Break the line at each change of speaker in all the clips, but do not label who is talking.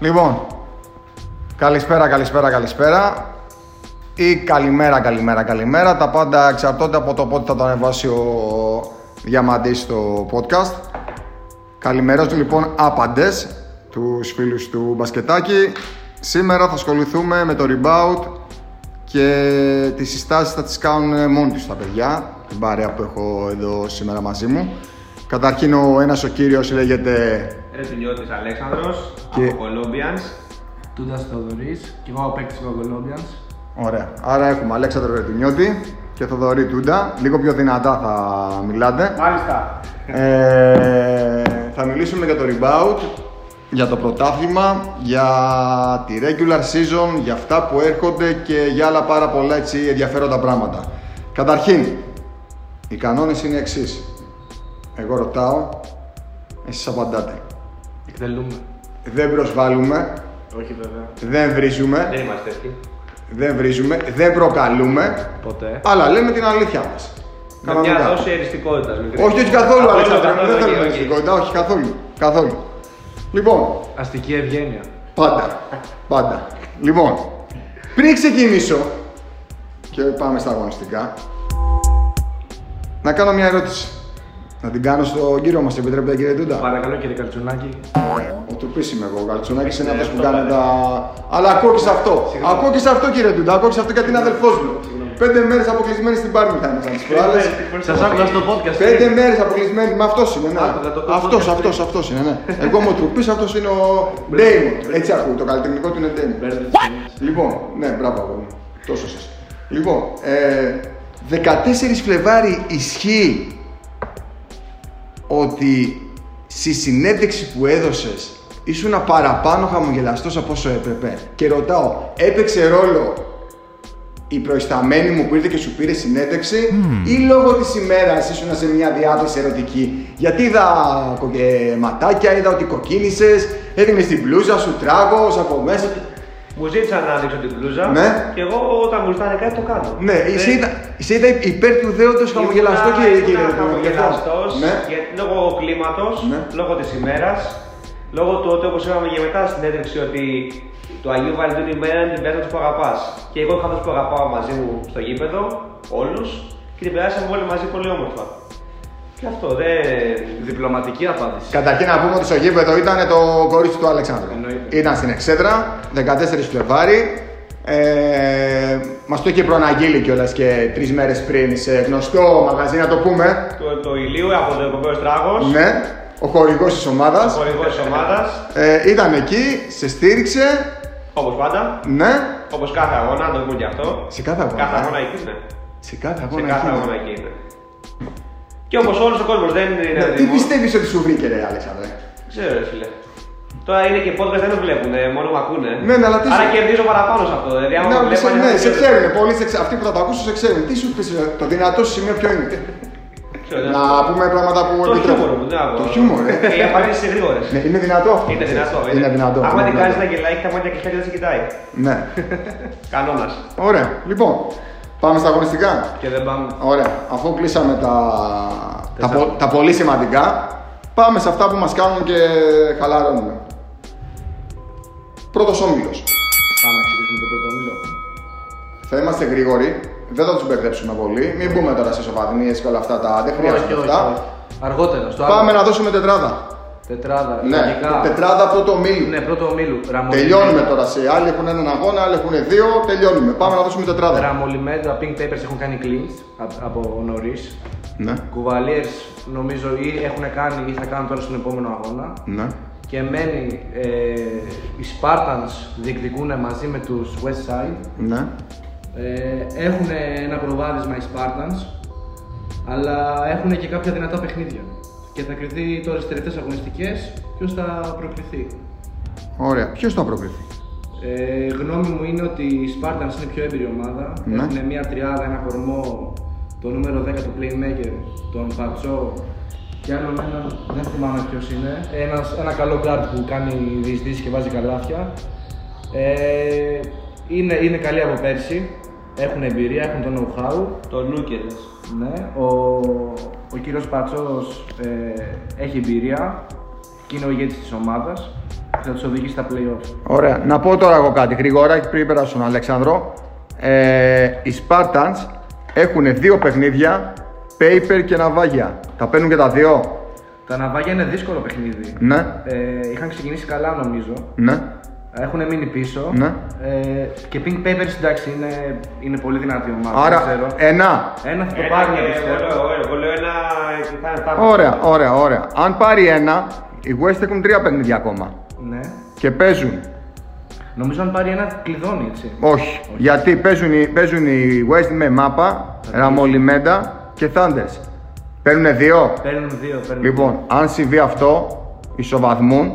Λοιπόν, καλησπέρα, καλησπέρα, καλησπέρα. Ή καλημέρα, καλημέρα, καλημέρα. Τα πάντα εξαρτώνται από το πότε θα το ανεβάσει ο Διαμαντής στο podcast. Καλημερός λοιπόν άπαντες τους φίλους του Μπασκετάκη. Σήμερα θα ασχοληθούμε με το rebound και τις συστάσεις θα τις κάνουν μόνοι τους τα παιδιά, την παρέα που έχω εδώ σήμερα μαζί μου. Καταρχήν ο ένας ο κύριος λέγεται
Ρετιλιώτης Αλέξανδρος
Και-
από Colombians.
Τούντας Θοδωρής και εγώ παίκτη του Κολόμπιαν.
Ωραία. Άρα έχουμε Αλέξανδρο Ρετινιώτη και Θοδωρή Τούντα. Λίγο πιο δυνατά θα μιλάτε.
Μάλιστα.
Ε, θα μιλήσουμε για το rebound, για το πρωτάθλημα, για τη regular season, για αυτά που έρχονται και για άλλα πάρα πολλά έτσι, ενδιαφέροντα πράγματα. Καταρχήν, οι κανόνες είναι εξής. Εγώ ρωτάω, εσείς απαντάτε.
Εκτελούμε.
Δεν προσβάλλουμε,
Όχι βέβαια.
δεν βρίζουμε,
Δεν είμαστε τέτοιοι.
δεν βρίζουμε, δεν προκαλούμε,
Ποτέ.
αλλά λέμε την αλήθεια μας.
Με μια δόση εριστικότητας μικρή.
Όχι, όχι καθόλου,
Καθόλου,
Αλέξανδρε,
καθόλου,
δεν
όχι,
θέλουμε
όχι.
εριστικότητα, όχι καθόλου. Καθόλου. Λοιπόν,
Αστική ευγένεια.
Πάντα. Πάντα. Λοιπόν, πριν ξεκινήσω και πάμε στα αγωνιστικά, να κάνω μια ερώτηση. Να την κάνω στον κύριο μας, επιτρέπετε κύριε Τούντα.
Παρακαλώ κύριε Καρτσουνάκη.
Ο τουρπής είμαι εγώ, ο Γαλτσουνάκης είναι
Ναι,
αυτός που
αυτό
κάνει
λέτε.
τα... Αλλά ακούω και σε αυτό.
Συγγνώμη.
Ακούω και σε αυτό κύριε Τούντα, ακούω και σε αυτό γιατί είναι αδελφός μου. Πέντε μέρες αποκλεισμένοι στην Πάρμη θα ήμασταν τις προάλλες.
Σας άκουγα στο podcast.
Πέντε μέρες αποκλεισμένοι με αυτός είναι. Ναι.
Άκουγα το podcast
Αυτό,
πριν.
αυτό, αυτός είναι. Ναι. Εγώ είμαι ο Τρουπής, αυτός είναι ο Ντέιμον. Έτσι ακούω. Το καλλιτεχνικό του είναι Ντέιμον. Λοιπόν, ναι, μπράβο αγόρι μου. Τόσο σας. Λοιπόν, ε, 14 Φλεβάρι ισχύει ότι στη συνέντευξη που έδωσες ήσουν παραπάνω χαμογελαστός από όσο έπρεπε. Και ρωτάω, έπαιξε ρόλο η προϊσταμένη μου που ήρθε και σου πήρε συνέντευξη ή λόγω της ημέρας ήσουν σε μια διάθεση ερωτική. Γιατί είδα κοκε- ματάκια, είδα ότι κοκκίνησες, έδινες την πλούζα σου τράγος από μέσα.
Μου ζήτησαν να δείξω την μπλούζα
Ναι.
και εγώ όταν μου ζητάνε κάτι το κάνω. Ε,
Ναι,
Δεν-
εσύ ήταν, εσύ ήταν υπέρ του δέοντο
Ήμουνα-
χαμογελαστό και
ήμουνα
κύριε Ρετινιώτη.
χαμογελαστός,
Ναι.
γιατί- λόγω κλίματος,
Ναι.
λόγω της ημέρας, λόγω του ότι όπως είπαμε και μετά στην έντευξη ότι του Αγίου Βαλεντίνου η μέρα είναι την πέρασα που αγαπάς. Και εγώ είχα αυτούς που αγαπάω μαζί μου στο γήπεδο, όλους, και την περάσαμε όλοι μαζί πολύ όμορφα. Και αυτό δεν...
Διπλωματική απάντηση.
Καταρχήν να πούμε ότι στο γήπεδο ήταν το κορίτσι του Αλεξάνδρου.
Εννοείται.
Ήταν στην Εξέδρα, 14 Φλεβάρι. Ε, Μας το είχε προαναγγείλει κιόλας και τρεις μέρες πριν σε γνωστό μαγαζί, να το πούμε.
Το, το ηλίου από το Ευρωπαίος Τράγος,
Ναι, ο χορηγός της ομάδας.
χορηγός της ομάδας,
Ε, ήταν εκεί, σε στήριξε.
όπως πάντα,
Ναι,
όπως κάθε αγώνα, να το πούμε και αυτό.
σε κάθε αγώνα.
Κάθε
ε.
αγώνα εκεί ναι. είναι.
Σε κάθε
Σε
αγώνα.
κάθε
εκεί, ναι.
αγώνα εκεί είναι. Και όπως όλος ο κόσμος δεν είναι
Ναι, τι
δημο-
πιστεύεις ότι σου βρήκε, ρε Αλέξανδρε.
Ξέρω, ρε φίλε. Τώρα είναι και podcast δεν με βλέπουν, ε, μόνο με ακούνε.
Ναι, ναι, αλλά τι
Άρα
σε-
κερδίζω παραπάνω σε αυτό. Δηλαδή, άμα
Ναι,
με
ναι, σε,
βλέπανε,
ναι,
θα
σε
κέρδιζα.
ξέρουν. Πολλοί σε, ξε- αυτοί που θα τα ακούσουν σε ξέρουν. Τι σου πεις, το δυνατό σου σημείο ποιο είναι.
Ξέρω, ναι.
να πούμε πράγματα που.
Το
επιτρέπουν.
χιούμορ μου, δεν άκουγα.
Το χιούμορ, ε.
Οι απαντήσει είναι γρήγορες.
Ναι, είναι δυνατό αυτό.
Είναι δυνατό. ε.
Είναι δυνατό.
Άμα
είναι
την κάνει
δυνατό.
να γελάει, έχει τα μάτια κλειστά και δεν σε κοιτάει.
Ναι.
Κανόνας.
Ωραία. Λοιπόν, πάμε στα αγωνιστικά.
Και δεν πάμε.
Ωραία, αφού κλείσαμε τα, τα,
Τέσσερα.
πο- τα πολύ σημαντικά, πάμε σε αυτά που μας κάνουν και χαλαρώνουμε. Πρώτος όμιλος.
Πάμε να ξεκινήσουμε το πρώτο όμιλο.
Θα είμαστε γρήγοροι, δεν θα τους μπερδέψουμε πολύ. Μην μπούμε τώρα σε σοβαδινίες και όλα αυτά τα... Δεν χρειάζονται αυτά.
Αργότερα. Στο άλλο.
Πάμε να δώσουμε τετράδα.
Τετράδα.
Ναι,
ιδανικά.
τετράδα πρώτο όμιλου.
Ναι, πρώτο ομίλου. Ραμολιμέντα.
Τελειώνουμε τώρα σε άλλοι έχουν έναν αγώνα, άλλοι έχουν δύο, τελειώνουμε. Πάμε να δώσουμε τετράδα.
Ραμολιμέντα, Pink Papers έχουν κάνει cleans α- από νωρίς.
Ναι,
Κουβαλιέρ νομίζω ή έχουν κάνει ή θα κάνουν τώρα στον επόμενο αγώνα.
ναι.
Και μένει ε, οι Spartans διεκδικούν μαζί με τους West Side.
Ναι.
Ε, έχουν ένα προβάδισμα οι Spartans, αλλά έχουν και κάποια δυνατά παιχνίδια. Και θα κρυθεί τώρα στις τελευταίες αγωνιστικές ποιος θα προκριθεί.
Ωραία. Ποιος θα προκριθεί.
Ε, γνώμη μου είναι ότι οι Spartans είναι πιο έμπειρη ομάδα.
Ναι.
Έχουν μια τριάδα, ένα κορμό, το νούμερο 10 του Playmaker, τον Πατσό και άλλον έναν, δεν θυμάμαι ποιος είναι. Ένας, ένα καλό guard που κάνει διεισδύσεις και βάζει καλάθια. Ε, είναι, είναι καλή από πέρσι. Έχουν εμπειρία, έχουν το know-how.
Το νούκεδε.
Ναι, ο, ο κύριος Πατσός ε, έχει εμπειρία και είναι ο ηγέτης της ομάδας. κάτι θα τους οδηγήσει στα playoff.
Ωραία. Να πω τώρα εγώ κάτι γρήγορα πριν περάσω στον Αλέξανδρο. Ε, οι Spartans έχουν δύο παιχνίδια, paper και ναυάγια. Τα παίρνουν και τα δύο.
Τα ναυάγια είναι δύσκολο παιχνίδι.
Ναι,
Ε, είχαν ξεκινήσει καλά νομίζω.
ναι.
Έχουν μείνει πίσω.
Ναι.
Ε, και Pink Papers εντάξει είναι, είναι πολύ δυνατή ομάδα. δεν
Άρα, ε,
ξέρω.
ένα.
Ένα θα το
Ένα
πάρουν
και-
πιστεύω.
εγώ λέω- Εγώ λέω ένα. θα- θα-
Ωραία, ωραία, ωραία. Αν πάρει ένα, οι West έχουν τρία παιχνίδια ακόμα.
Ναι.
Και παίζουν.
Νομίζω αν πάρει ένα κλειδώνει έτσι.
Όχι. Γιατί παίζουν, οι- παίζουν οι West με Μάπα, Ραμολιμέντα και Thunders. Παίρνουν δύο.
Παίρνουν δύο, παίρνουν
Λοιπόν, αν συμβεί αυτό, ισοβαθμούν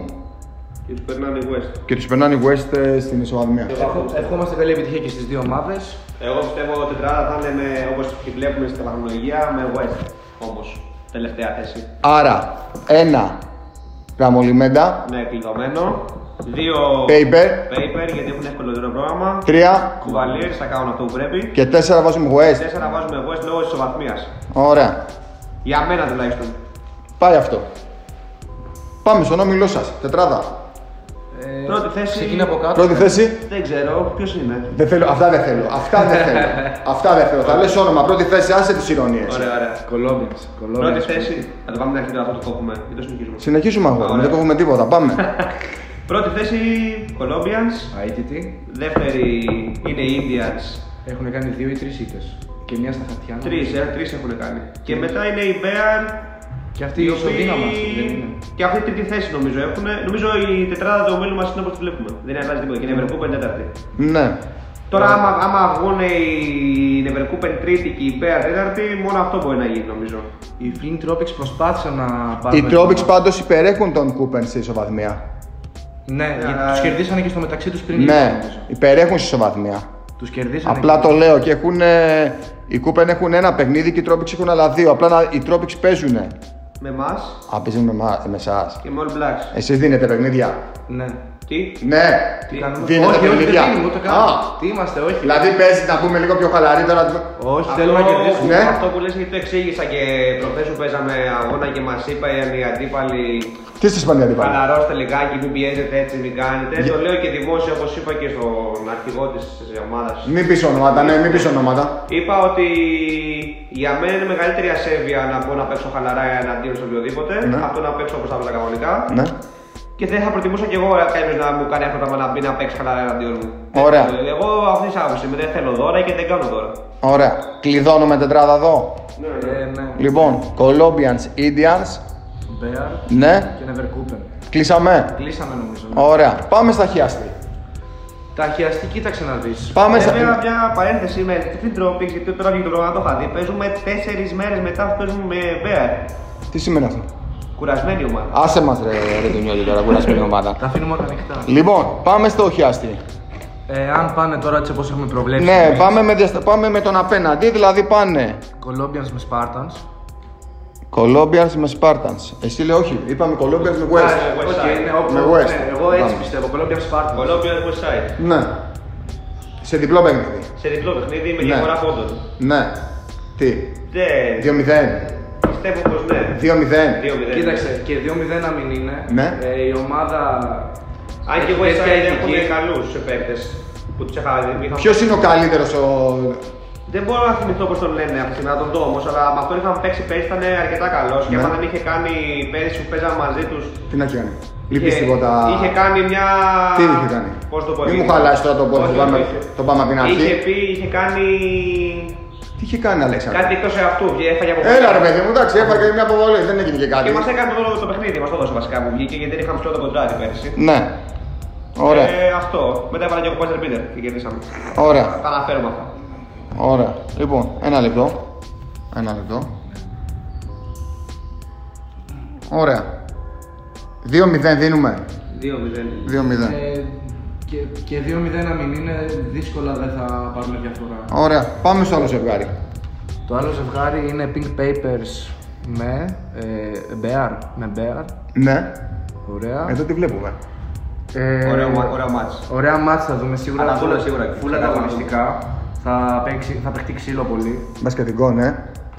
Και τους περνάνε οι West.
και τους περνάνε οι West ε, στην ισοβαθμία.
δύο. Ευχο- Ευχόμαστε καλή επιτυχία και στις δύο ομάδες.
Εγώ πιστεύω ότι η τετράδα θα είναι με, όπως τη βλέπουμε στην βαθμολογία με West. Όμως, τελευταία θέση.
Άρα, ένα Ραμολιμέντα,
Ναι, κλειδωμένο. Δύο
Paper,
paper γιατί έχουν ευκολότερο πρόγραμμα.
τρία
Κουβαλίες θα κάνουν αυτό που πρέπει.
και τέσσερα βάζουμε West.
Τέσσερα βάζουμε West λόγω ισοβαθμίας.
Ωραία.
Για μένα τουλάχιστον.
Πάει αυτό. Πάμε στον όμιλό σας. Τετράδα.
Ε,
Πρώτη θέση.
Ξεκινά από κάτω.
Πρώτη θέση.
Δεν ξέρω ποιος είναι.
Δεν θέλω, αυτά δεν θέλω. Αυτά δεν θέλω. αυτά δεν θέλω. Θα λες όνομα. Πρώτη θέση, άσε τις ηρωνίες.
Ωραία, ωραία.
Κολόμπιας.
Πρώτη θέση. Θα το πάμε την αρχή τώρα, αυτό το κόβουμε. Δεν το συνεχίζουμε.
Συνεχίζουμε αγόρι,
Ωραία.
δεν κόβουμε τίποτα. Πάμε.
Πρώτη θέση Colombians.
ITT.
Δεύτερη είναι οι Indians.
Έχουν κάνει δύο ή τρεις ήττες. Και μια στα χαρτιά.
Τρεις, ε, τρεις έχουν κάνει. Και μετά είναι οι Bear.
Και αυτή η
οι οποίοι-
ισοδύναμα αυτή δεν είναι.
Και αυτή την τρίτη θέση νομίζω έχουν. Νομίζω η τετράδα του ομίλου μας είναι όπως τη βλέπουμε. Δεν αλλάζει τίποτα. Και η Νεβερκούπεν τέταρτη.
ναι.
Τώρα, άμα, άμα βγουν οι Νεβερκούπεν τρίτη και η Bear τέταρτη, μόνο αυτό μπορεί να γίνει νομίζω.
Οι Flint Tropics προσπάθησαν να πάρουν.
Οι Τρόμπιξ πάντως υπερέχουν τον Κούπεν στη ισοβαθμία.
Ναι,
Αλλά-
γιατί του κερδίσανε και στο μεταξύ τους πριν.
ναι, υπερέχουν στη ισοβαθμία.
Τους κερδίσανε.
Απλά
και-
το λέω και έχουν. ε, οι Κούπεν έχουν ένα παιχνίδι και οι Τρόμπιξ έχουν άλλα δύο. Απλά να- οι Τρόμπιξ παίζουν.
Με εμά
Α, παίζουν με, εμά- με εσάς.
και με All Blacks.
Εσείς δίνετε παιχνίδια.
Ναι.
Τι,
Ναι.
Τι κάνουμε.
Δίνετε
όχι, όχι,
παιχνίδια.
δεν δίνουμε ούτε καν.
Α.
Τι είμαστε, όχι.
Δηλαδή παίζεις να πούμε λίγο πιο χαλαρή τώρα.
Όχι,
Αυτό-
θέλουμε να κερδίσουμε.
Ναι.
Αυτό που λες γιατί το εξήγησα και προχθές που παίζαμε αγώνα και μας είπαν οι αντίπαλοι
Τι σα είπαν οι αντίπαλοι.
Χαλαρώστε λιγάκι, μην πιέζετε έτσι, μην κάνετε.
Για-
Το λέω και δημόσια όπως είπα και στον αρχηγό της ομάδας.
Μην πεις ονόματα, ναι, μην πεις ονόματα.
Είπα ότι για μένα είναι μεγαλύτερη ασέβεια να πω να παίξω χαλαρά εναντίον σε οποιοδήποτε.
Ναι.
Αυτό να παίξω όπως θα έπαιζα κανονικά.
Ναι.
Και δεν θα προτιμούσα κι εγώ κάποιος να μου κάνει αυτό το πράγμα να μπει να παίξει χαλαρά εναντίον μου.
Ωραία.
Ε, Εγώ αυτή τη άποψη είμαι. Δεν θέλω δώρα και δεν κάνω δώρα.
Ωραία. Κλειδώνουμε τετράδα εδώ.
Ε, ναι.
Λοιπόν, Colombians, Indians.
Bear
Ναι.
και Neverkuppen.
Κλείσαμε.
Κλείσαμε νομίζω.
Ωραία. Πάμε στα χιάστη.
Τα χιαστή κοίταξε να δεις.
Πάμε
Βέβαια,
στα.
μια παρένθεση με την τρόπη, γιατί τώρα βγήκε το πρόγραμμα, το είχα δει. Παίζουμε 4 μέρες μετά που παίζουμε με Μπέαρ.
Τι σημαίνει αυτό.
Κουρασμένη ομάδα.
Άσε μας ρε, ρε τον νιώθει τώρα κουρασμένη ομάδα.
Τα αφήνουμε όλα ανοιχτά.
Λοιπόν, πάμε στο χιάστη.
Ε, αν πάνε τώρα έτσι όπως έχουμε προβλέψει.
Ναι, πάμε με, διαστα- πάμε με τον απέναντι, δηλαδή πάνε
Colombians με Spartans.
Colombians με Spartans. Εσύ λέει όχι, είπαμε Colombians με
Α,
West.
ε, West
Οκ,
Side.
ναι, όπου-
Με West.
ναι, Εγώ έτσι
Πάμε.
πιστεύω. Colombians Spartans.
Κολόμπια Westside.
Ναι. Σε διπλό παιχνίδι.
Σε διπλό παιχνίδι με
Ναι.
διαφορά πόντων.
Ναι. Τι.
Δεν
2-0.
πιστεύω πως ναι.
2-0.
2-0.
Κοίταξε, και 2-0 να μην είναι.
Ναι.
Ε, η ομάδα.
Αν και
έχει
εγώ
τέτοια ηθική.
έχουν καλού παίκτες που τους είχα είχα-
Ποιος είναι ο καλύτερος ο.
Δεν μπορώ να θυμηθώ πώς τον λένε αυτή τη στιγμή, να τον δω όμως. Αλλά με αυτόν είχαμε παίξει πέρυσι ήταν αρκετά καλός. Και
Ναι.
άμα δεν είχε κάνει πέρυσι που παίζαμε μαζί τους.
Τι να κάνει. Λυπήστηκο τα.
Είχε κάνει μια.
Τι είχε κάνει.
Πώς το πω.
Μην
είχε-
μου χαλάσει τώρα το πόδι.
Όχι,
Το πάμε,
όχι.
το πάμε από την
Είχε
αρχή.
πει, είχε κάνει.
Τι είχε κάνει,
Ναι.
Αλέξανδρο.
Κάτι εκτός εαυτού. βγήκε- Έφαγε από
Έλα ρε παιδί μου, εντάξει, έφαγε μια αποβολή, δεν έγινε και
Και
κάτι.
μας έκανε το, το παιχνίδι, μας το δώσε βασικά που βγήκε γιατί δεν είχαμε στο το κοντράκι πέρυσι.
Ναι.
Ναι.
Ωραία.
Ε, αυτό. Μετά έβαλα και ο Κότσερ Πίτερ και κερδίσαμε.
Ωραία.
Τα αναφέρουμε αυτά.
Ωραία. Λοιπόν, ένα λεπτό. Ένα λεπτό. Ωραία. 2-0 δίνουμε.
2-0.
2-0.
Ε, και, και 2-0 να μην είναι, δύσκολα δεν θα πάρουμε διαφορά.
Ωραία. Πάμε στο άλλο ζευγάρι.
Το άλλο ζευγάρι είναι Pink Papers με ε, Bear. Με Bear.
Ναι.
Ωραία.
Εδώ τη βλέπουμε.
Ε,
Ωραίο, μα- ωραίο μάτς.
Ωραία μάτς θα δούμε σίγουρα.
Αναβόλα
Full-
σίγουρα.
Full ανταγωνιστικά. Θα, παίξει, θα παιχτεί ξύλο πολύ.
Μπασκετικό, ναι.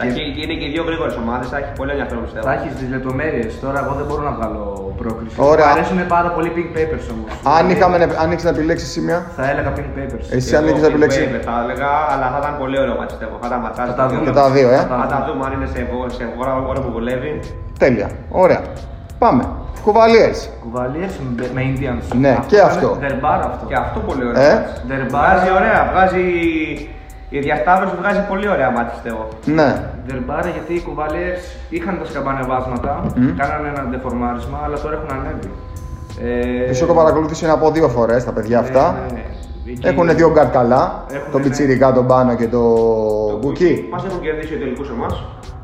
Εντάξει, είναι και οι δύο γρήγορες ομάδες, θα έχει πολύ ενδιαφέρον πιστεύω.
Ε. Θα έχεις τις λεπτομέρειες. Τώρα εγώ δεν μπορώ να βγάλω πρόκριση.
Ωραία.
Μου αρέσουν πάρα πολύ pink papers όμως.
Αν, είχαμε, να- αν έχεις να επιλέξεις εσύ μια,
Θα έλεγα pink papers.
εσύ
Εγώ
αν έχεις να
Big
επιλέξεις.
Wave Θα έλεγα, αλλά θα ήταν πολύ ωραίο μάτι πιστεύω. Θα τα ματσάρει.
Θα τα δούμε.
Και τα δύο, ε.
Θα
Θα τα
δούμε.
δούμε αν είναι σε βο- σε βορρά ώρα που βολεύει.
Τέλεια. Ωραία. Πάμε. Κουβαλίες.
Κουβαλίες με- με Indians.
Ναι, και
ήταν
αυτό.
Δερμπάρ αυτό.
Και αυτό πολύ ωραίο.
Ε.
μάτς.
Δερμπάρ.
Βγάζει ωραία, βγάζει. Η διασταύρωση βγάζει πολύ ωραία μάτι πιστεύω.
Ναι.
Δερμπάρα γιατί οι κουβαλίε είχαν τα σκαμπανεβάσματα, κάνανε ένα ντεφορμάρισμα, αλλά τώρα έχουν ανέβει. Ε,
Τους έχω παρακολουθήσει να πω δύο φορές τα παιδιά αυτά. Έχουν δύο γκάρτ καλά.
Ναι, Έχουνε,
Τον
ναι.
Πιτσίρικα, τον Πάνο και τον Μπουκί.
Μας έχουν κερδίσει ο τελικό εμά.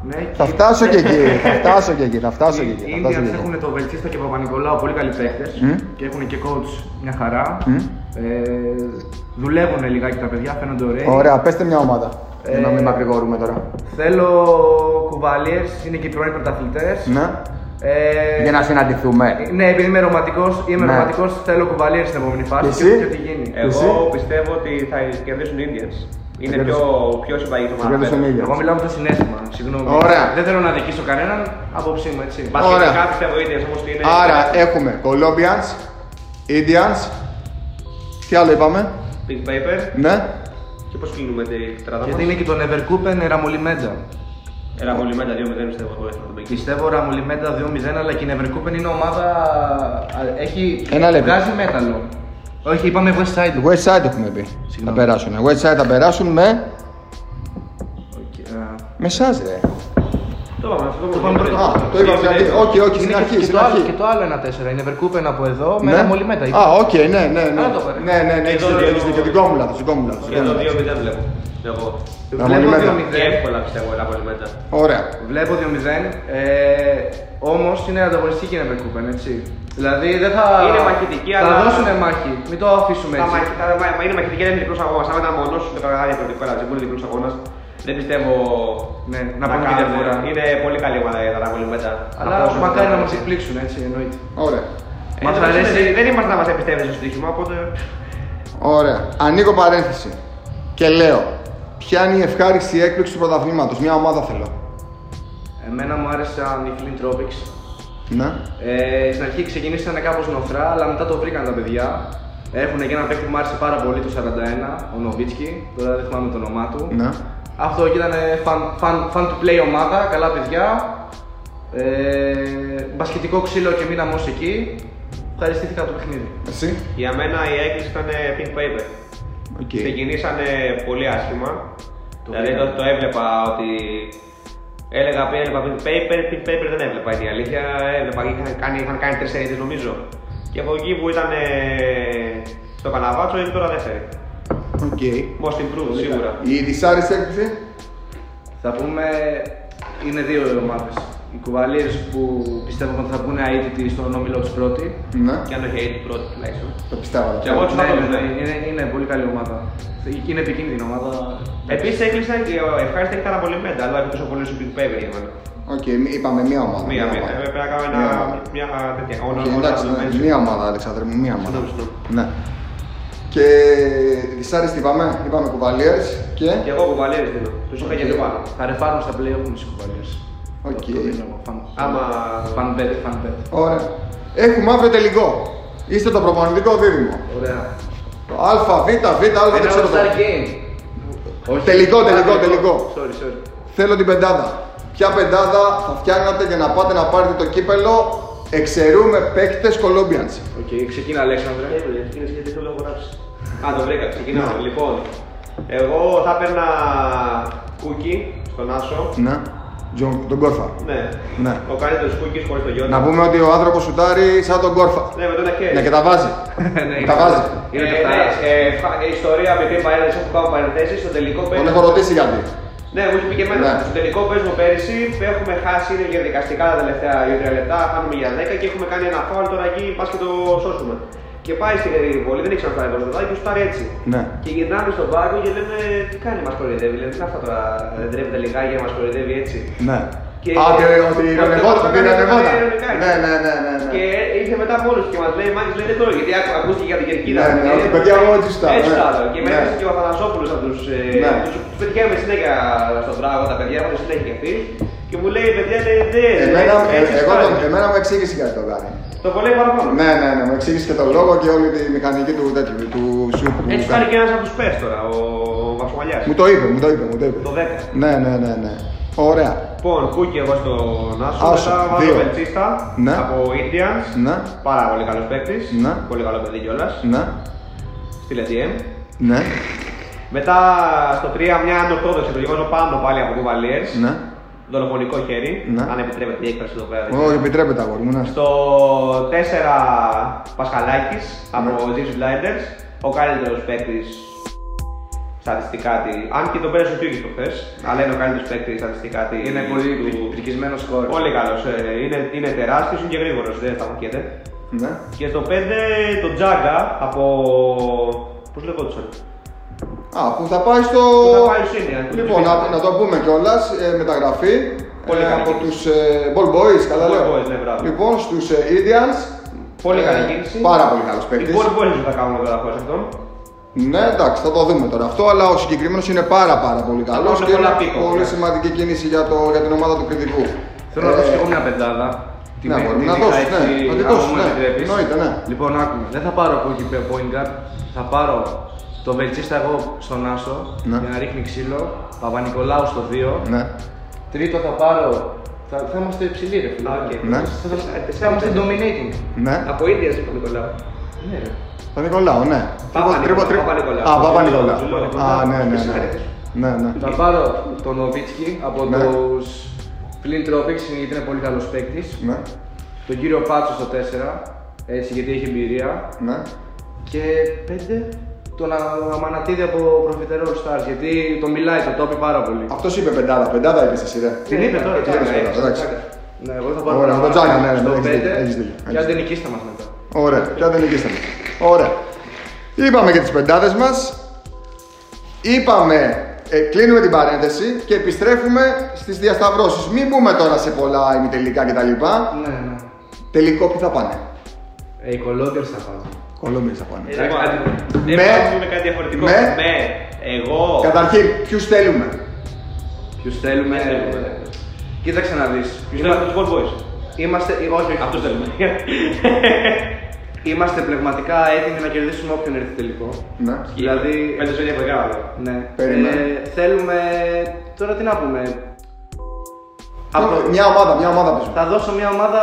Ναι,
Θα
και-
φτάσω και εκεί. Θα φτάσω και εκεί. Θα φτάσω και
Οι
εκεί. Θα φτάσω
Indians
και εκεί.
έχουν το Βελτσίστα και Παπα-Νικολάου πολύ καλοί παίχτε
Μμ.
και έχουν και coach μια χαρά.
Μμ.
Ε, δουλεύουν λιγάκι τα παιδιά, φαίνονται ωραίοι.
Ωραία, πέστε μια ομάδα. Για να
Ε,
μην μακρηγορούμε τώρα.
Θέλω κουβαλίε, είναι και οι πρώην πρωταθλητές.
Ναι.
Ε,
Για να συναντηθούμε.
Ναι, επειδή είμαι ρομαντικό, είμαι
Ναι.
ρομαντικός, θέλω κουβαλίε στην επόμενη φάση
Και εσύ?
και ό,τι γίνει.
Εγώ
Εσύ?
πιστεύω ότι θα κερδίσουν οι Indians. Είναι πιο,
κερδίσουν.
πιο συμπαγή
Θα κερδίσουν οι
ομάδα.
Indians.
Εγώ μιλάω με το συνέστημα, συγγνώμη.
Ωραία.
Δεν θέλω να δικήσω κανέναν, απόψη μου έτσι.
Βασικά
Ωραία.
πιστεύω οι Indians όμως είναι.
Άρα έχουμε Colombians, Indians. Τι άλλο είπαμε.
Big Paper.
Ναι.
Και πώς κλείνουμε την τετράδα
Γιατί
μας.
είναι και τον Evercoop Ραμολιμέντα.
Έλα πολύ μετά 2-0 πιστεύω εγώ θα τον Big.
Πιστεύω Ραμολιμέντα 2-0, αλλά και η Evercoop είναι ομάδα. α, Έχει.
Ένα λεπτό.
Βγάζει μέταλλο. Όχι, είπαμε West Side.
West Side έχουμε πει. Θα
Συγγνώμη.
περάσουν. West Side θα περάσουν με.
Οκ, α,
Με εσάς, ρε.
Το είπαμε αυτό το
είπαμε πρώτα.
Α, το είπα στην αρχή. Όχι, όχι,
Είναι
στην
και-
αρχή.
και,
Στην
το άλλο, και
αρχή.
το άλλο ένα 4. Είναι Evercoop από εδώ με
Ναι.
Ραμολιμέντα.
Α, οκ, ναι, ναι, ναι.
Άρα το παίρνει.
Ναι, ναι, ναι, έχεις
Εδώ
δίκιο,
δύο-
έχεις δίκιο. Την κόμουλα του, την κόμουλα του.
Και το 2-0 βλέπω. Εγώ.
Ραμολιμέτα.
Και εύκολα πιστεύω έλα πολύ μετά.
Ωραία.
Βλέπω 2-0. Ε, Όμως είναι ανταγωνιστική η Evercoop, έτσι. Δηλαδή δεν θα.
Είναι μαχητική,
θα
αλλά-
δώσουν μάχη. Μην το αφήσουμε
Τα
έτσι.
μαχη- τα- μα- μα είναι μαχητική, δεν είναι διπλό αγώνα. Αν ήταν μονό σου, το καλά διαφορετικό, αλλά δεν είναι διπλό αγώνας. Δεν πιστεύω.
Ναι,
να
να πούμε και
κάνουν.
διαφορά.
Είναι πολύ καλή ομάδα για τα Ραβολή μετά.
Αλλά μακάρι να μας εκπλήξουν, έτσι εννοείται.
Ωραία.
Μας
Μας αρέσει-
Ε, Δεν είμαστε να μας εμπιστεύεσαι στο στοίχημα, οπότε.
Ωραία. Ανοίγω παρένθεση και λέω. Ποια είναι η ευχάριστη έκπληξη του πρωταθλήματος. Μια ομάδα θέλω.
Εμένα μου άρεσαν οι Flint Tropics.
Ναι.
Ε, στην αρχή ξεκινήσανε κάπως νοθρά, αλλά μετά το βρήκαν τα παιδιά. Έχουν και ένα παίκτη που μου άρεσε πάρα πολύ το 41, ο Νοβίτσκι. Τώρα δεν θυμάμαι το όνομά του.
Ναι.
Αυτό και ήταν fan, fan, fan to play ομάδα, καλά παιδιά. Ε, μπασκετικό ξύλο και μείναμε ως εκεί. Ευχαριστήθηκα από το παιχνίδι.
Εσύ.
Για μένα η έκκληση ήταν ε, pink paper.
Οκ.
Ξεκινήσανε πολύ άσχημα.
Το
δηλαδή το,
βλέπω.
το έβλεπα ότι. Έλεγα πριν έβλεπα pink paper, pink paper δεν έβλεπα είναι η αλήθεια. Έβλεπα, είχαν κάνει, είχαν κάνει τρεις σελίδες νομίζω. Και από εκεί που ήταν ε, στο Καναβάτσο είναι τώρα δεύτερη.
Οκ.
Most improved σίγουρα.
Η δυσάρεστη έκπληξη.
Θα πούμε, είναι δύο οι ομάδες. Οι κουβαλίες που πιστεύω ότι θα πούνε αίτητοι στον όμιλο τους πρώτη.
Ναι.
Και αν όχι η πρώτη τουλάχιστον.
Το πιστεύω.
Και εγώ τους θα
Ναι, ναι,
δώσω.
ναι, είναι, είναι πολύ καλή ομάδα. Είναι επικίνδυνη ομάδα.
Επίσης έκλεισαν και ο ευχάριστη ήταν πολύ μέντα, αλλά όχι τόσο πολύ σου pink paper για μένα.
Οκ. μη- Είπαμε μία ομάδα.
Μία, μία.
ομάδα.
Ε, Πρέπει να κάνουμε
Μία
ένα-
ομάδα.
μια τέτοια.
Οκ,
Όνα- όνα-
Εντάξει. ναι,
όνα-
Μία ομάδα, Αλεξάνδρε μου. Μία ομάδα.
Συγγνώμη, συγγνώμη.
Ναι. Και δυσάρεστη είπαμε. Είπαμε κουβαλίες
Και
και.
εγώ που βαλέρι δίνω. Του είχα και
Οκ.
πιο πάνω.
Θα ρεφάρουν στα playoff με τις κουβαλίες.
Οκ.
Αυτό είναι εγώ, fan-
Άμα-
Fan bet, fan bet.
Ωραία. Έχουμε αύριο τελικό. Είστε το προπονητικό δίδυμο.
Ωραία.
Το Α, Β, Β, Α, δεν
Ένα
ξέρω.
All-Star
το-
game. Όχι.
Τελικό,
Α,
τελικό, τελικό.
Sorry, sorry.
Θέλω την πεντάδα. Ποια πεντάδα θα φτιάχνατε για να πάτε να πάρετε το κύπελο. Εξαιρούμε παίκτες Colombians.
Οκ, ξεκίνα Αλέξανδρε.
Είναι γιατί το έχω γράψεις. Α, το βρήκα, ξεκινάμε. Λοιπόν, εγώ θα έπαιρνα κούκι στον Άσο.
Ναι. Τζον- Τον Κόρφα.
Ναι.
Ναι.
Ο καλύτερος κούκι χωρίς το γιόνι.
Να πούμε ότι ο άνθρωπος σουτάρει σαν τον Κόρφα.
Ναι, με τον Αχέρι.
Ναι, και τα βάζει.
Ναι,
τα βάζει.
Είναι
ε,
τα
ναι, ε, φα- ε, ιστορία μικρή παρένθεση, έχω πάω παρενθέσει. Στο τελικό
Τον
παίζουμε.
έχω ρωτήσει γιατί.
Ναι, μου είχε πει και εμένα.
Ναι.
Στο τελικό παίζουμε πέρυσι. Έχουμε χάσει, είναι διαδικαστικά τα τελευταία 2-3 λεπτά. Χάνουμε για 10 και έχουμε κάνει ένα φάουλ τώρα εκεί. Πας και το σώσουμε. Και πάει στην βολή, δεν ήξερα να φτάνει το ζωδάκι και στάρει έτσι.
Ναι.
Και γυρνάμε στον πάγκο και λέμε τι κάνει, μας κοροϊδεύει. Λέμε τι είναι αυτά τώρα, δεν τρέπεται λιγάκι, μας κοροϊδεύει έτσι.
Ναι.
Και-
Α, ότι- ότι
Ότι
ηρωνευόταν,
το
ότι
έκανε
ηρωνευόταν.
ηρωνικά.
Ναι, ναι, ναι, ναι, ναι.
Και είχε και μετά μόνο και μας λέει: Μάκη, λέει δεν τρώει. Γιατί άκου- ακούστηκε για την κερκίδα.
Ναι, ναι,
Και-
όχι, παιδιά, εγώ έτσι φτάνω,
Έτσι
ναι.
φτάνω. Και
Ναι.
μετά έρχεται και ο Αθανασόπουλος να του.
Ναι.
Τους πετυχαίνουμε συνέχεια στον πράγμα τα παιδιά, έχουν συνέχεια και αυτοί. Και μου λέει: Παιδιά, λέει, δεν.
Εμένα,
έτσι
ε, εγώ
φτάνει».
τον- εμένα μου εξήγησε γιατί το κάνει.
Το βολέει παραπάνω.
Ναι, ναι, ναι, μου εξήγησε και τον λόγο και όλη τη μηχανική του τέτοιου, του σουτ που
Έτσι
κάνει.
φτάνει και ένας από τους πες τώρα, ο Βασιλιά.
Μου το είπε, μου το είπε, μου το είπε.
Το 10.
Ναι, ναι, ναι, ναι. Ωραία.
Λοιπόν, κούκι εγώ στον Άσο.
Άσο,
Μετά βάζω
δύο.
Βελτσίστα
Ναι.
από Indians.
Ναι,
Πάρα πολύ καλός παίκτης.
Ναι.
Πολύ καλό παιδί κιόλας.
ναι,
Στείλε DM.
ναι,
Μετά στο 3 μια ανορθόδοξη το γεγονό πάνω πάλι από κουβαλιέ.
ναι.
Δολοφονικό χέρι.
Ναι.
Αν επιτρέπεται η έκφραση εδώ πέρα.
Όχι, επιτρέπεται αγόρι μου, ναι.
Στο 4 Πασχαλάκης από
Ναι.
James Blinders. Ο καλύτερος παίκτης στατιστικά τη. Αν και τον πέρασε ο Τιούκη προχθές. Αλλά είναι ο καλύτερος παίκτης στατιστικά τη.
Είναι πολύ πρικισμένο σκορ.
Πολύ καλός. Είναι, είναι τεράστιος, είναι και γρήγορος. Δεν θα μακέται.
Ναι.
Και στο 5 τον Τζάγκα από. Πώς λεγόντουσαν.
Α, που θα πάει στο.
Που θα πάει στο Ίνια.
Λοιπόν, να, να το πούμε κιόλας, ε, μεταγραφή
Πολύ
ε,
καλή
από
κίνηση.
τους ε, Ball Boys. Καλά
Ball
λέω.
Boys, ναι, μπράβο.
λοιπόν, στους ε, Indians. ε,
Πολύ καλή κίνηση.
Πάρα πολύ καλός παίκτης.
Λοιπόν, μπορεί να τα κάνουμε τώρα χωρί αυτόν.
Ναι, εντάξει, θα το δούμε τώρα αυτό, αλλά ο συγκεκριμένος είναι πάρα, πάρα πολύ καλό
βάλουμε
και
πολλά
είναι
πίκο,
πολύ
ναι.
σημαντική κίνηση για, το, για την ομάδα του κριτικού. Ε,
Θέλω να δώσω και εγώ μια πεντάδα. Τη
ναι,
με-
μπορεί
τη
να
δικά
δώσεις,
έτσι,
ναι. Να τη
άμα
δώσεις,
μου
ναι.
επιτρέπεις.
Εννοείται, ναι.
Λοιπόν, άκουμε. Δεν θα πάρω από εκεί πέρα point guard. Θα πάρω το βελτσίστα εγώ στον Άσο
Ναι.
για να ρίχνει ξύλο. Παπα-Νικολάου στο 2.
Ναι.
Τρίτο θα πάρω. Θα, θα είμαστε υψηλοί, ρε φίλε.
Α, οκ.
Ναι.
Θα, θα- θα
Τεσσάρι-
είμαστε dominating.
Ναι.
Από Ινδία είπε ο Νικολάου.
Ναι, ρε.
Το Νικολάου, ναι.
Παπα-
Τρίπο- τρίπο-
Παπα-Νικολάου.
Α, Παπα
Του λέω,
Νικολάου. Α,
Νικολάου.
ναι, ναι, ναι.
Τεσσάρι.
Ναι, ναι.
Θα πάρω τον Νοβίτσκι από
Ναι.
τους Flint Tropics γιατί είναι πολύ καλός παίκτης.
Ναι,
Τον κύριο Πάτσο στο 4, έτσι γιατί έχει εμπειρία.
ναι.
Και 5 τον Α- Αμανατίδη από Προφιτερόλ Stars γιατί τον μιλάει, το τόπι πάρα πολύ.
Αυτός είπε πεντάδα, πεντάδα είπε εσύ, ρε.
Την είπε τώρα,
Ε,
την
ε,
είπε.
ε, εντάξει.
Ναι, εγώ θα πάρω
Ωραία, τον
Αμανατίδη
Τζάνι, ναι, ναι,
στο
έχεις δίκιο,
πέντε
έχεις δίκιο,
Και
έχεις
αν δεν
δίκιο.
νικήσετε μας μετά.
Ωραία, πια δεν νικήσαμε. Ωραία. Είπαμε και τις πεντάδες μας. Είπαμε, ε, κλείνουμε την παρένθεση και επιστρέφουμε στις διασταυρώσεις. Μην μπούμε τώρα σε πολλά ημιτελικά κτλ.
Ναι, ναι.
Τελικό που θα πάνε.
Ε, οι Colombers θα πάρουν.
Κολόμπια θα πάνε.
Λοιπόν,
Με-
δεν πούμε κάτι διαφορετικό.
με-
Με εγώ.
Καταρχήν, ποιους θέλουμε.
Ποιους θέλουμε...
Ποιους θέλουμε, ρε.
Κοίταξε να δεις.
Ποιος θέλει τους Ball Boys.
Είμαστε... ε, Όχι, όχι.
Αυτό θέλουμε.
Είμαστε πνευματικά έτοιμοι να κερδίσουμε όποιον έρθει τελικό.
Ναι.
Δηλαδή-
Πέντε σε διαφορετικά. αλλά.
Ναι.
Περιμένουμε.
Ε, θέλουμε. Τώρα τι να πούμε. Από-
Μια ομάδα, μια ομάδα παίζουμε.
Θα δώσω μια ομάδα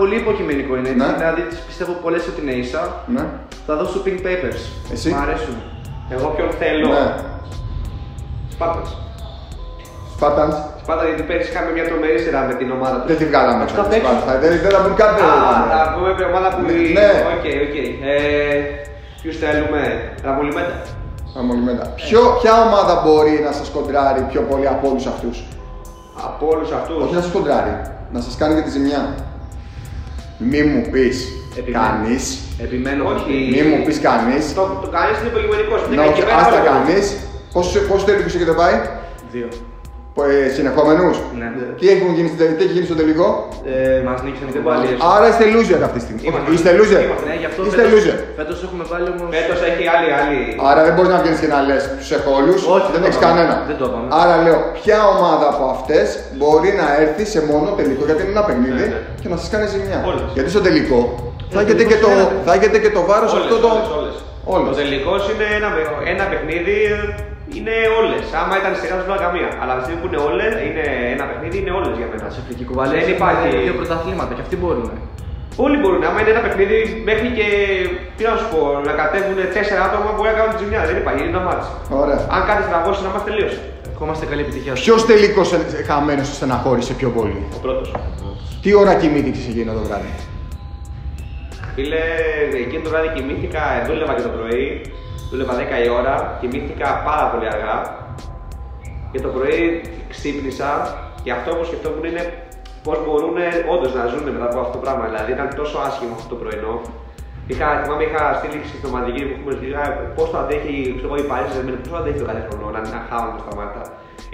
πολύ υποκειμενικό είναι.
Ναι.
Ναι. Δηλαδή τις πιστεύω πολλές ότι είναι ίσα.
Ναι.
Θα δώσω pink papers.
Εσύ?
Μ' αρέσουν.
Εγώ ποιον θέλω.
Ναι.
Σπάρτα.
Σπάτανς.
Σπάρτα γιατί πέρυσι είχαμε μια τρομερή σειρά με την ομάδα τους.
Δεν τη βγάλαμε.
Αυτά
τα
παίξουν.
Σπάρτα. Δεν δεν θα μπουν κάτι.
Α, να πούμε μια ομάδα που.
Ναι, ναι.
Οκ, οκ. Ε, Ποιους θέλουμε. Ραμπολιμέτα.
Αμολυμένα. Ποιο- Ποια ομάδα μπορεί να σας κοντράρει πιο πολύ από όλους αυτούς.
Από όλους αυτούς.
Όχι να σας κοντράρει, να σας κάνει και τη ζημιά. Μη μου πεις
Επιμένω.
κανείς.
Επιμένω.
Όχι.
Μη μου πεις κανείς.
Το, Ναι, το κάνει είναι υποκειμενικό.
Να όχι, άστα κανεί. Πόσου τελικού έχετε πάει,
Δύο.
συνεχόμενους.
Ναι.
Τι έχουν γίνει, στην- τι έχει γίνει στο τελικό.
Ε, Μας νίκησαν οι
δεν
κουμπάλιε.
Άρα είστε loser αυτή τη στιγμή.
Είμαστε.
Όχι, Είστε loser.
Ναι, γι' αυτό
Είστε loser.
φέτος έχουμε βάλει όμως.
Φέτος έχει άλλη. άλλη.
Άρα δεν μπορείς να βγαίνεις και να λες του έχω όλους.
Όχι, δεν
δεν
το
έχεις
είπαμε.
κανένα.
Δεν το είπαμε.
Άρα λέω, ποια ομάδα από αυτές μπορεί να έρθει σε μόνο τελικό, γιατί είναι ένα παιχνίδι
Ναι, ναι.
και να σας κάνει ζημιά.
Όλες.
Γιατί στο τελικό θα έχετε και,
τελικός
το,
είναι.
θα έχετε και το βάρος
Όλες,
αυτό το.
όλες, όλες. Το
Όλες.
τελικός είναι ένα, ένα παιχνίδι, ε, είναι όλες. Άμα ήταν σειρά, δεν ήταν καμία. Αλλά αυτή που είναι όλες, είναι ένα παιχνίδι, είναι όλες για μένα.
Σε φλικοί κουβαλιέ.
Δεν υπάρχει.
Δύο πρωταθλήματα και αυτοί μπορούν.
Όλοι μπορούν. Άμα είναι ένα παιχνίδι, μέχρι και τι να σου πω, να κατέβουν τέσσερα άτομα μπορεί να κάνουν τη ζημιά. Δεν υπάρχει, είναι ένα μάτσο.
Ωραία.
Αν κάτι στραβώσει, να μας τελείωσε.
Ευχόμαστε καλή επιτυχία.
Ποιος τελικός χαμένος σε στεναχώρησε πιο πολύ.
Ο πρώτος.
Τι ώρα κοιμήθηκες εκείνο το βράδυ.
Φίλε, εκείνη το βράδυ κοιμήθηκα, ε, δούλευα και το πρωί, δούλευα 10 η ώρα, κοιμήθηκα πάρα πολύ αργά. Και το πρωί ξύπνησα και αυτό που σκεφτόμουν είναι πώς μπορούν όντως να ζουν μετά από αυτό το πράγμα. Δηλαδή ήταν τόσο άσχημο αυτό το πρωινό. Είχα, θυμάμαι, είχα στείλει στην ομαδική που έχουμε ζητήσει πώ το αντέχει ξέρω εγώ, η Παρίσι, πώ το αντέχει το κάθε χρόνο να, να χάνουμε στα μάτια.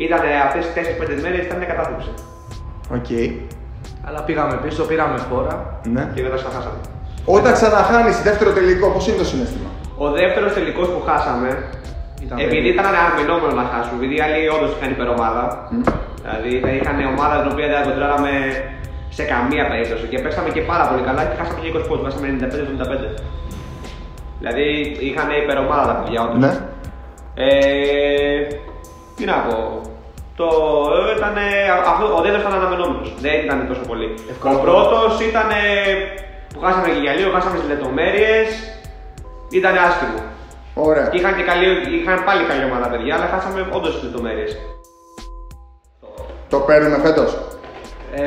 Ήταν αυτές τις 4-5 μέρες, ήταν κατάθλιψη.
Οκ.
Αλλά πήγαμε πίσω, πήραμε χώρα.
Ναι.
Και μετά στα χάσαμε.
Όταν ξαναχάνεις δεύτερο τελικό, πώς είναι το συνέστημα.
Ο δεύτερος τελικός που χάσαμε,
Ήταν
επειδή
περίπου.
ήταν αναμενόμενο να χάσουμε, επειδή οι άλλοι όντως είχαν υπερομάδα. Δηλαδή ήταν- είχαν ομάδα την οποία δεν τα κοντράραμε σε καμία περίπτωση. Και παίξαμε και πάρα πολύ καλά και χάσαμε και 20 πόντου. Βάσαμε 95-75. Δηλαδή είχαν υπερομάδα τα παιδιά όντως.
Ναι.
Ε, τι να πω. Το, ήταν, αυτό, ο δεύτερος ήταν αναμενόμενος. Δεν ήταν τόσο πολύ.
Εύκολο.
Ο πρώτος ήταν. που χάσαμε και για λίγο, χάσαμε τι λεπτομέρειε. Ήταν άσχημο.
Ωραία.
Είχαν, και καλή, είχαν πάλι καλή ομάδα παιδιά, αλλά χάσαμε όντως τις λεπτομέρειες.
Το παίρνουμε φέτος.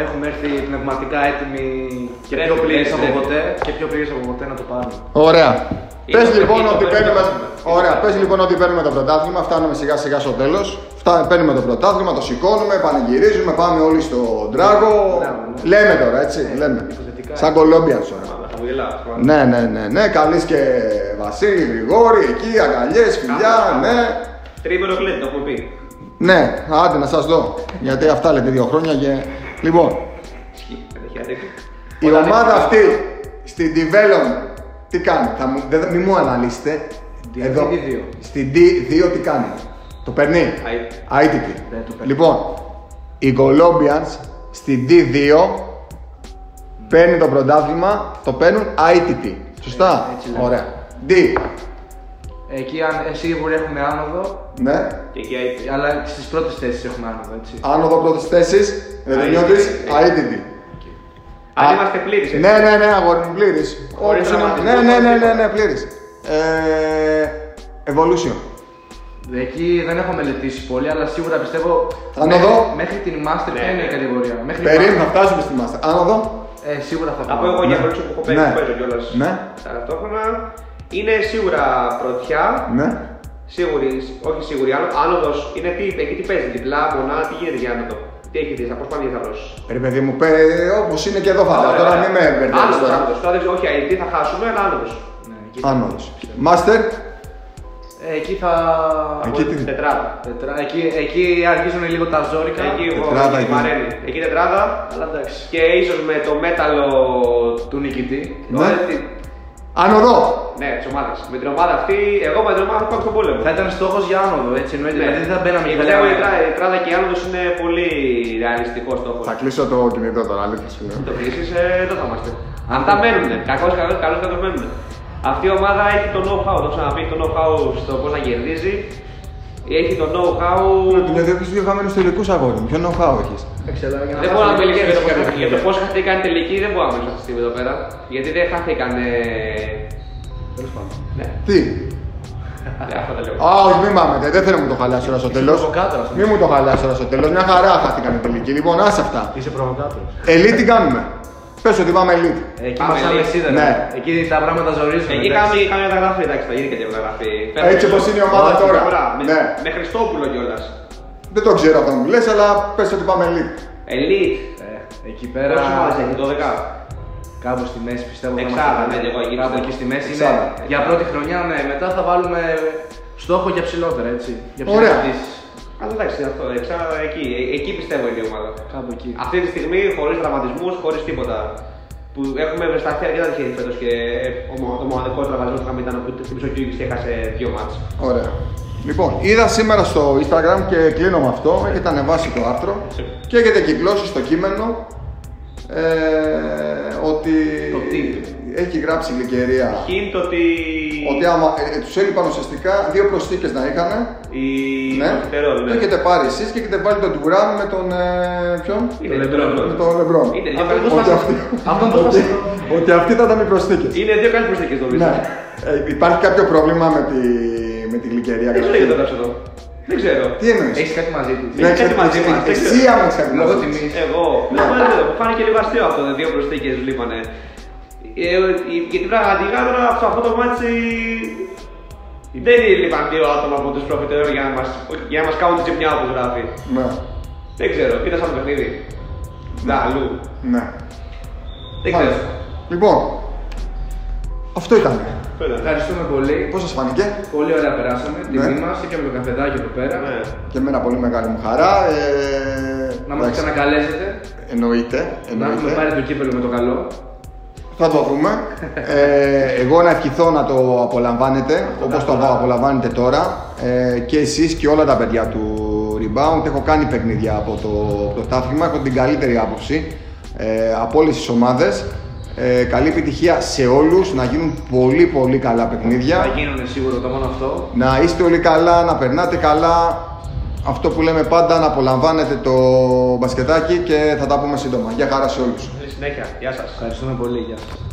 Έχουμε έρθει πνευματικά έτοιμοι και
Πρέπει,
πιο πλήρε
πρέπει,
από
πρέπει.
ποτέ και πιο πλήρες από ποτέ να το πάρουμε.
Ωραία.
Είναι
Πες
το-
λοιπόν,
είναι το
ότι
πέμπτο
παίρνουμε...
πρωτάθλημα.
Ωραία. Πες λοιπόν ότι παίρνουμε το πρωτάθλημα, φτάνουμε σιγά σιγά στο τέλος. Παίρνουμε το πρωτάθλημα, το σηκώνουμε, πανηγυρίζουμε, πάμε όλοι στον τράγο.
Ναι, ναι.
Λέμε τώρα, έτσι. λέμε.
υποθετικά.
Σαν Κολόμπια τώρα.
Χαμογελάω.
Ναι, ναι, ναι, ναι. Καλή και Βασίλη, Γρηγόρη, εκεί, αγκαλιές, φιλιά,
Άμα,
ναι.
Τρίμερο κλείνει, το έχουμε πει.
Ναι, άντε να σας δω. Γιατί αυτά λέτε δύο χρόνια και. Λοιπόν,
Ισχύει, δεν έχει αντέξει.
η
Όταν
ομάδα
είναι-
αυτή στην Development τι κάνει. Θα μου, δεν, μη μου αναλύσετε.
D- D2.
Στην D2 τι κάνει. Το περνει
I-
ITT.
Ναι, το παίρνει.
Λοιπόν, η Colombians στην D2 παίρνει το πρωτάθλημα, το παίρνουν ITT. Σωστά.
Ε, έτσι λέμε.
Ωραία. D.
Εκεί αν, ε, σίγουρα έχουμε άνοδο,
Ναι.
Και εκεί αϊ-
αλλά στις πρώτες θέσεις έχουμε άνοδο, έτσι.
Άνοδο πρώτη θέση, δεν
ITT.
νιώθει ITT.
Αν
Α,
είμαστε πλήρεις.
Ναι, ναι, ναι, αγόρι μου, πλήρη.
Χωρίς
Ναι,
τραυματισμούς,
ναι, ναι, ναι,
τίποτα.
ναι πλήρη. Ε, evolution.
Εκεί δεν έχω μελετήσει πολύ, αλλά σίγουρα πιστεύω.
Άνοδο.
μέχρι- Μέχρι την Master
Ναι,
ποια είναι η
ναι.
κατηγορία. Μέχρι την
Περίμενα,
Master-
φτάσουμε στη μάστα. Άνοδο.
Ε, σίγουρα θα
Να πω
πάμε.
εγώ για
Ναι.
Evolution που έχω παίξει,
Ναι.
που παίζω κιόλας
Ναι.
ταυτόχρονα. Είναι σίγουρα πρωτιά,
Ναι.
σίγουρη, όχι σίγουρη, άνω- άνοδος είναι τι, εκεί τι παίζει, διπλά, μονάδα, τι γίνεται για άνοδο. Τι έχεις δει, από πάνω είναι θαλός.
Ρε παιδί μου, πέ, όπως είναι και εδώ φαντάζομαι. Τώρα μην με μπερδεύεις
Άνοδος,
τώρα.
άνοδος. Τώρα δεν ξέρω, όχι αιτή, θα χάσουμε, αλλά άνοδος.
Ναι, εκεί.
Άνοδος. Μάστερ.
Ε, εκεί θα.
Εκεί τι-
Τετράδα.
Τετρά- εκεί, εκεί αρχίζουν λίγο τα ζόρικα.
Εκεί εγώ,
Τετράδα
εκεί
εκεί.
βαραίνει. Εκεί τετράδα
Αλλά εντάξει.
και ίσως με το μέταλλο
Του νικητή.
Ναι.
όλα τη-
Άνοδο.
Ναι, της ομάδας. Με την ομάδα αυτή, εγώ με την ομάδα θα πάω στον πόλεμο.
Θα ήταν στόχος για άνοδο, έτσι εννοείται.
Ναι.
Δηλαδή δεν θα μπαίναμε
Η
και θα
πιστεύω η
λέγαμε-
τρα- η τράδα και η άνοδος είναι πολύ ρεαλιστικό στόχος.
Θα κλείσω το κινητό τώρα, αλήθεια σου λέω.
Το κλείσεις, ε, εδώ θα είμαστε. Αυτά μένουνε. Κακός, καλό, καλός, καλός μένουνε. Αυτή η ομάδα έχει το know-how. Το έχω ξαναπεί το know-how στο πώς να κερδίζει. Έχει το know-how.
Δηλαδή έχεις δύο χαμένους τελικούς αγόρι μου. Ποιο know-how έχεις.
Εντάξει, αλλά για να
Δεν
χάσουμε
μπορώ να μιλήσω
νικητές
για το πώς-
κάποια
για το
στιγμή.
πώ χαθήκαν τελική, δεν μπορώ να μιλήσω αυτή τη στιγμή εδώ πέρα. Γιατί δεν χάθηκαν. ε,
Τέλος πάντων.
Ναι,
Τι.
ναι, αυτά τα λέω.
Α, όχι, μην πάμε. Δεν θέλω να μου το χαλάσει τώρα στο τέλος.
προβοκάτορας.
Μην μου το χαλάσει τώρα στο τέλος. Μια χαρά χάθηκαν οι τελικοί. Λοιπόν, άσε αυτά.
Είσαι προβοκάτορας.
Elite τι κάνουμε. Πες ότι πάμε elite.
Εκεί
Πάμε,
μασάμε
λέει.
σίδερα.
Ναι.
Εκεί τα πράγματα ζορίζουν.
Εκεί
εντάξει.
κάνει κάνει μεταγραφή, εντάξει, θα γίνει και μεταγραφή.
Έτσι όπως είναι η ομάδα
Όχι,
τώρα.
σίγουρα, με-
Ναι.
Με Χριστόπουλο κιόλας.
Δεν το ξέρω αυτό που μου λες, αλλά πες ότι πάμε elite.
Elite.
Ε, εκεί
Πέρα. Πόσο
πέρα.
έχει 12.
Κάπου στη μέση πιστεύω. θα
Εξάδα,
είμαστε.
ναι, και εγώ εκεί
Κάπου
πιστεύω.
εκεί στη μέση.
Εξάδα.
ναι. Για πρώτη χρονιά, ναι. Μετά θα βάλουμε στόχο για ψηλότερα, έτσι. Για
Ωραία.
ψηλότερες.
Αλλά εντάξει, αυτό εξάδα εκεί. Ε- εκεί πιστεύω είναι η ομάδα.
Κάπου εκεί.
Αυτή τη στιγμή, χωρίς τραυματισμούς, χωρίς τίποτα. Που έχουμε βρεσταθεί αρκετά τυχεροί φέτος και ε, ο, μο- ο μοναδικό τραυματισμό που είχαμε ήταν που το πίσω Κιούγκη έχασε δύο μάτς.
Ωραία. Λοιπόν, είδα σήμερα στο Instagram και κλείνω με αυτό. Έχετε ανεβάσει το άρθρο και έχετε κυκλώσει στο κείμενο ε, ότι
Το τι.
έχει γράψει η Λικερία
Hint ότι.
ότι άμα ε, τους έλειπαν ουσιαστικά δύο προσθήκες να είχαν
Η...
ναι,
Το φτερό,
το
ναι.
έχετε πάρει εσείς και έχετε βάλει τον Τουράν με τον ε, ποιον
Είναι
το
φτερό,
Λεμπρόν.
ναι.
με τον Λεμπρόν
Είναι δύο
Αυτό
καλές
πώς
ότι,
θα-
προσθήκες.
αυτοί,
αυτό πώς θα-
ότι, ότι αυτοί θα ήταν οι προσθήκες
Είναι δύο καλές προσθήκες νομίζω.
ναι. Ε, υπάρχει κάποιο πρόβλημα με τη, με τη Λικερία
Ε, Δεν ξέρω
καταρχήν.
γιατί το έγραψε εδώ. Δεν ξέρω.
Τι εννοείς
Έχεις κάτι μαζί του.
Ναι. κάτι
ξέρεις,
μαζί μας, δεν
Εσύ
ξέρω.
άμα ξέρεις.
Λόγω τιμής.
Εγώ. Ναι, μάλιστα, μου φάνηκε λίγο αστείο αυτό, τα δύο προσθήκες που λείπανε. Ε, ε, γιατί πραγματικά τώρα σε αυτό το μάτσι. Δεν λείπαν δύο άτομα από του προφητέρων για να μας για να μας κάνουν ζημιά όπως γράφει.
Ναι,
Δεν ξέρω, ήταν σαν παιχνίδι. Να, αλλού.
ναι.
Δεν ξέρω.
Μάλιστα. Λοιπόν, αυτό ήταν.
Αυτό ήταν.
Ευχαριστούμε πολύ.
Πώς σας φάνηκε
Πολύ ωραία περάσαμε.
Ναι.
Τιμή μας, ήπιαμε το καφεδάκι εδώ πέρα.
Ναι.
και εμένα πολύ μεγάλη μου χαρά. Ε,
Να μας
εντάξει,
ξανακαλέσετε.
Εννοείται,
Να έχουμε
εννοείται.
πάρει το κύπελο με το καλό.
Θα το δούμε. Ε, εγώ να ευχηθώ να το απολαμβάνετε όπως το απολαμβάνετε τώρα ε, και εσείς και όλα τα παιδιά του Rebound. Έχω κάνει παιχνίδια από το πρωτάθλημα, έχω την καλύτερη άποψη ε, από όλες τις ομάδες. Ε, καλή επιτυχία σε όλους, να γίνουν πολύ πολύ καλά παιχνίδια.
Θα γίνουν σίγουρο το μόνο αυτό.
Να είστε όλοι καλά, να περνάτε καλά. Αυτό που λέμε πάντα, να απολαμβάνετε το μπασκετάκι και θα τα πούμε σύντομα. Γεια χαρά σε όλους.
Καλή συνέχεια. Γεια σας.
Ευχαριστούμε πολύ. Γεια σας.